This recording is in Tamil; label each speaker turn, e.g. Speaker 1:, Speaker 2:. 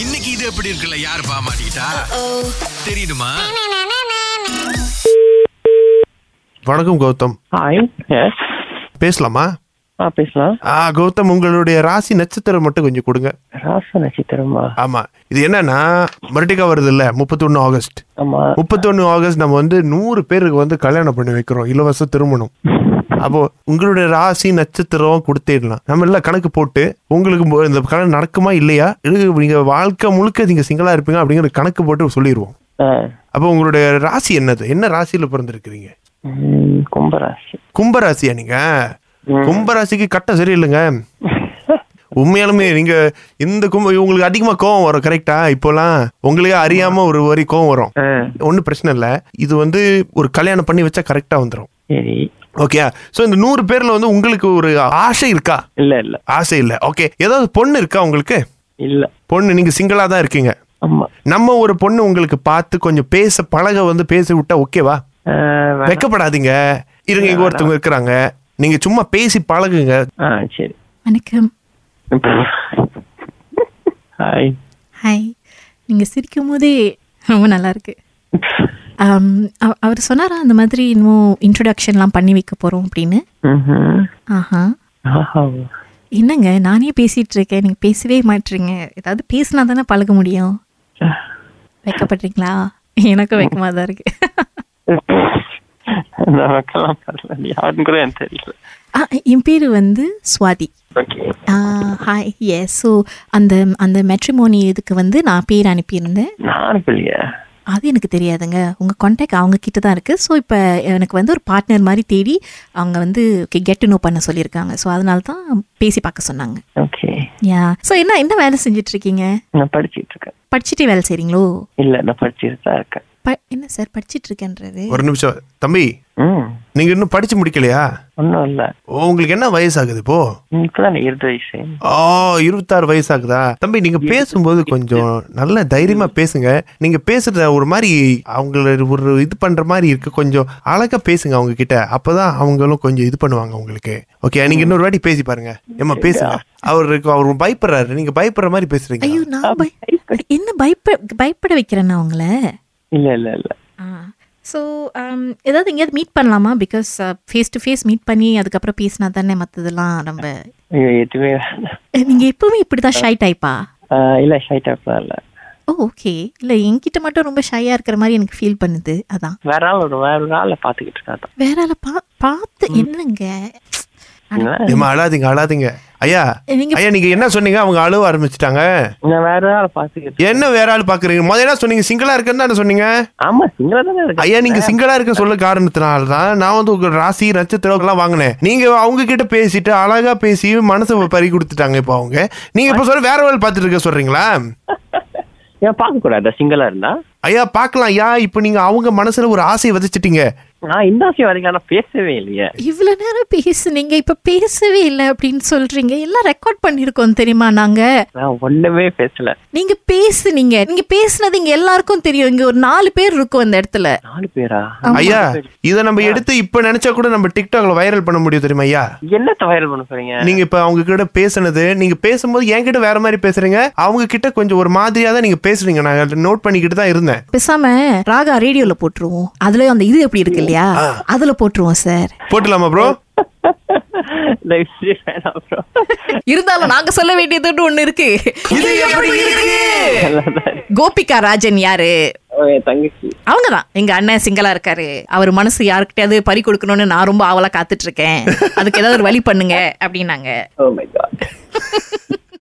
Speaker 1: இன்னைக்கு இது எப்படி இருக்குல்ல யார் பாமாட்டா தெரியுமா
Speaker 2: வணக்கம் கௌதம்
Speaker 3: ஹாய் எஸ்
Speaker 2: பேசலாமா
Speaker 3: ஆ பேசலாம்
Speaker 2: ஆ கௌதம் உங்களுடைய ராசி நட்சத்திரம் மட்டும் கொஞ்சம் கொடுங்க
Speaker 3: ராச நட்சத்திரமா
Speaker 2: ஆமா இது என்னன்னா மர்டிகா வருது இல்ல முப்பத்தொன்னு ஆகஸ்ட்
Speaker 3: ஆமா
Speaker 2: முப்பத்தொன்னு ஆகஸ்ட் நம்ம வந்து நூறு பேருக்கு வந்து கல்யாணம் பண்ணி வைக்கிறோம் இலவச திருமணம் அப்போ உங்களுடைய ராசி நட்சத்திரம் கொடுத்துடலாம் நம்ம எல்லாம் கணக்கு போட்டு உங்களுக்கு மு- இந்த கல்யாணம் நடக்குமா இல்லையா இது நீங்க வாழ்க்கை முழுக்க நீங்க சிங்கிளா இருப்பீங்க அப்படிங்கிற கணக்கு போட்டு சொல்லிடுவோம்
Speaker 3: ஆ
Speaker 2: அப்போ உங்களுடைய ராசி என்னது என்ன ராசியில பிறந்திருக்கிறீங்க
Speaker 3: ம், கும்பராசி
Speaker 2: கும்பராசியா நீங்க கும்பராசிக்கு கட்ட சரியில்லைங்க உண்மையாலுமே நீங்க இந்த கும்ப உங்களுக்கு அதிகமா கோவம் வரும் கரெக்டா இப்போலாம் உங்களுக்கே அறியாம ஒரு வரி கோவம் வரும்
Speaker 3: ஆ
Speaker 2: ஒன்றும் பிரச்சனை இல்லை இது வந்து ஒரு கல்யாணம் பண்ணி வச்சா கரெக்டா வந்துடும்
Speaker 3: சரி
Speaker 2: ஓகே ஸோ இந்த நூறு பேர்ல வந்து உங்களுக்கு ஒரு ஆசை இருக்கா
Speaker 3: இல்ல இல்ல
Speaker 2: ஆசை இல்லை ஓகே ஏதாவது பொண்ணு இருக்கா உங்களுக்கு
Speaker 3: இல்ல
Speaker 2: பொண்ணு நீங்க சிங்கிளா தான் இருக்கீங்க
Speaker 3: ஆமா
Speaker 2: நம்ம ஒரு பொண்ணு உங்களுக்கு பார்த்து கொஞ்சம் பேச பழக வந்து பேச விட்டா ஓகேவா
Speaker 3: ஆ, வே-
Speaker 2: வெக்கப்படாதீங்க இருங்க இங்க ஒருத்தவங்க இருக்கிறாங்க நீங்க சும்மா பேசி பழகுங்க
Speaker 3: ஆ சரி
Speaker 4: வணக்கம்
Speaker 3: ஹாய்
Speaker 4: ஹாய் நீங்கள் சிரிக்கும் போதே ரொம்ப நல்லா இருக்கு ஆம், அவ- அவர் சொன்னாரா அந்த மாதிரி இன்னும் இன்ட்ரடக்ஷன்லாம் பண்ணி வைக்க போகிறோம் அப்படின்னு
Speaker 3: ம்ஹும்.
Speaker 4: ஆஹா
Speaker 3: ஆஹா.
Speaker 4: என்னங்க நானே பேசிட்டு இருக்கேன் நீங்கள் பேசவே மாட்டீங்க ஏதாவது பேசினா தானே பழக முடியும் வைக்கப்படுறீங்களா எனக்கும் வைக்கமாக தான் இருக்கு
Speaker 3: நான் வைக்கலாம் பரவாயில்ல. யாருன்னு கூட எனக்கு தெரியல
Speaker 4: ஆ என் பேர் வந்து Swathi
Speaker 3: okay
Speaker 4: hi yes so அந்த அந்த மெட்ரிமோனி இதுக்கு வந்து நான் பேர் அனுப்பியிருந்தேன்
Speaker 3: நானும் இல்லையா
Speaker 4: அது எனக்கு தெரியாதுங்க உங்கள் காண்டாக்ட் அவங்க கிட்ட தான் இருக்குது ஸோ இப்போ எனக்கு வந்து ஒரு பார்ட்னர் மாதிரி தேடி அவங்க வந்து ஓகே கெட் டு நோ பண்ண சொல்லியிருக்காங்க ஸோ அதனால தான் பேசி பார்க்க சொன்னாங்க
Speaker 3: ஓகே
Speaker 4: யா ஸோ என்ன என்ன வேலை செஞ்சுட்டு இருக்கீங்க
Speaker 3: நான் படிச்சிட்டு இருக்கேன்
Speaker 4: படிச்சுட்டே வேலை செய்கிறீங்களோ
Speaker 3: இல்ல நான் படிச்சிட்டு தான் இருக்கேன்
Speaker 4: ப என்ன சார் படிச்சிட்டு இருக்கேன்றது
Speaker 2: ஒரு நிமிஷம் தம்பி
Speaker 3: ம்
Speaker 2: நீங்க இன்னும் படிச்சு முடிக்கலையா
Speaker 3: ஒன்றும் இல்ல
Speaker 2: ஓ, உங்களுக்கு என்ன வயசாகுது இப்போ
Speaker 3: இப்பதான் இருபது வயசு
Speaker 2: ஆ இருபத்தாறு வயசாகுதா தம்பி நீங்க பேசும்போது கொஞ்சம் நல்ல தைரியமா பேசுங்க நீங்க பேசுற ஒரு மாதிரி அவங்கள ஒரு இது பண்ற மாதிரி இருக்கு கொஞ்சம் அழகா பேசுங்க அவங்க கிட்ட அப்பதான் அவங்களும் கொஞ்சம் இது பண்ணுவாங்க உங்களுக்கு ஓகே நீங்க இன்னொரு வாட்டி பேசி பாருங்க ஏமா பேசுங்க அவருக்கு அவர் பயப்படுறாரு நீங்க பயப்படுற மாதிரி பேசுறீங்க
Speaker 4: ஐயோ நான் பய என்ன பயப்ப பயப்பட வைக்கிறேன்னா அவங்கள
Speaker 3: இல்ல இல்ல இல்ல
Speaker 4: ஆ ஸோ ஏதாவது எங்கேயாவது மீட் பண்ணலாமா uh, because face to face meet பண்ணி அதுக்கப்புறம் பேசினா தானே மற்றதெல்லாம் ரொம்ப
Speaker 3: ஐயோ எதுவுமே வேண்டாம்.
Speaker 4: நீங்கள் எப்பவுமே இப்படி தான் ஷை டைப்பா
Speaker 3: ஆ, இல்ல ஷைட் அப்லாம் இல்ல
Speaker 4: ஓ ஓகே இல்லை என்கிட்ட மட்டும் ரொம்ப ஷையாக இருக்கிற மாதிரி எனக்கு ஃபீல் பண்ணுது அதான்
Speaker 3: வேற ஆள் ஒரு வேற ஒரு ஆளை பாத்துக்கிட்டு இருக்காதான்
Speaker 4: வேற ஆளை பா பார்த்து என்னங்க
Speaker 2: ஏமா அழாதீங்க அழாதீங்க ஐயா
Speaker 4: நீங்க-
Speaker 2: ஐயா நீங்க என்ன சொன்னீங்க அவங்க அழுவ ஆரம்பிச்சிட்டாங்க
Speaker 3: நான் வேற ஒரு ஆளை பாத்துக்கிட்டு
Speaker 2: என்ன வேற ஆள் பாக்குறீங்க முதல்ல என்ன சொன்னீங்க சிங்கிளா இருக்குன்னு தானே சொன்னீங்க
Speaker 3: ஆமா சிங்கிளா தானே இருக்கு
Speaker 2: ஐயா நீங்க சிங்கிளா இருக்க சொல்ல காரணத்தினால தான் நான் வந்து உங்க ராசி நட்சத்திரம் எல்லாம் வாங்கினேன் நீங்க அவங்க கிட்ட பேசிட்டு அழகா பேசி மனசை பறி கொடுத்துட்டாங்க இப்போ அவங்க நீங்க இப்ப சொல்ல வேற வேலை பார்த்துட்டு இருக்க சொல்றீங்களா
Speaker 3: ஏன் பார்க்க கூடாதா சிங்கிளா இருந்தா
Speaker 2: ஐயா பார்க்கலாம் ஐயா இப்போ நீங்க அவங்க மனசுல ஒரு ஆசையை விதைச்சிட்டீங்க
Speaker 3: நான் இந்த ஆசை வரைக்கும் ஆனா பேசவே இல்லையே
Speaker 4: இவ்வளோ நேரம் பேசுனீங்க இப்போ பேசவே இல்லை அப்படின்னு சொல்றீங்க எல்லாம் ரெக்கார்ட் பண்ணியிருக்கோம் தெரியுமா நாங்க
Speaker 3: நான் ஒண்ணுமே பேசல
Speaker 4: நீங்க பேசுனீங்க நீங்க பேசுனது இங்க எல்லாருக்கும் தெரியும் இங்க ஒரு நாலு பேர் இருக்கும் அந்த இடத்துல
Speaker 3: நாலு பேரா
Speaker 2: ஐயா இதை நம்ம எடுத்து இப்ப நினைச்சா கூட நம்ம டிக்டாக்ல வைரல் பண்ண முடியும் தெரியுமா ஐயா
Speaker 3: என்ன வைரல் பண்ண போறீங்க
Speaker 2: நீங்க இப்ப அவங்க கிட்ட பேசுனது நீங்க பேசும்போது என்கிட்ட வேற மாதிரி பேசுறீங்க அவங்க கிட்ட கொஞ்சம் ஒரு மாதிரியா தான் நீங்க பேசுறீங்க நான் நோட் பண்ணிக்கிட்டு தான் இருந்தேன்
Speaker 4: பேசாம ராகா ரேடியோல போட்டுருவோம் அதுலயும் அந்த இது எப்படி இருக்கு இல்லையா அதுல போட்டுருவோம் சார்
Speaker 2: போட்டுலாமா ப்ரோ
Speaker 3: தயவு செஞ்சு வேணாம் bro.
Speaker 4: இருந்தாலும் நாங்க சொல்ல வேண்டியதுன்னு ஒண்ணு இருக்கு கோபிகா ராஜன் யாரு
Speaker 3: ஓ, என் தங்கச்சி
Speaker 4: அவங்க தான் எங்க அண்ணன் சிங்கிளா இருக்காரு அவர் மனசு யாருக்கிட்டயாவது பறி கொடுக்கணும்னு நான் ரொம்ப ஆவலா காத்துட்டு இருக்கேன் அதுக்கு ஏதாவது ஒரு வழி பண்ணுங்க அப்படின்னாங்க
Speaker 3: ஓ மை காட்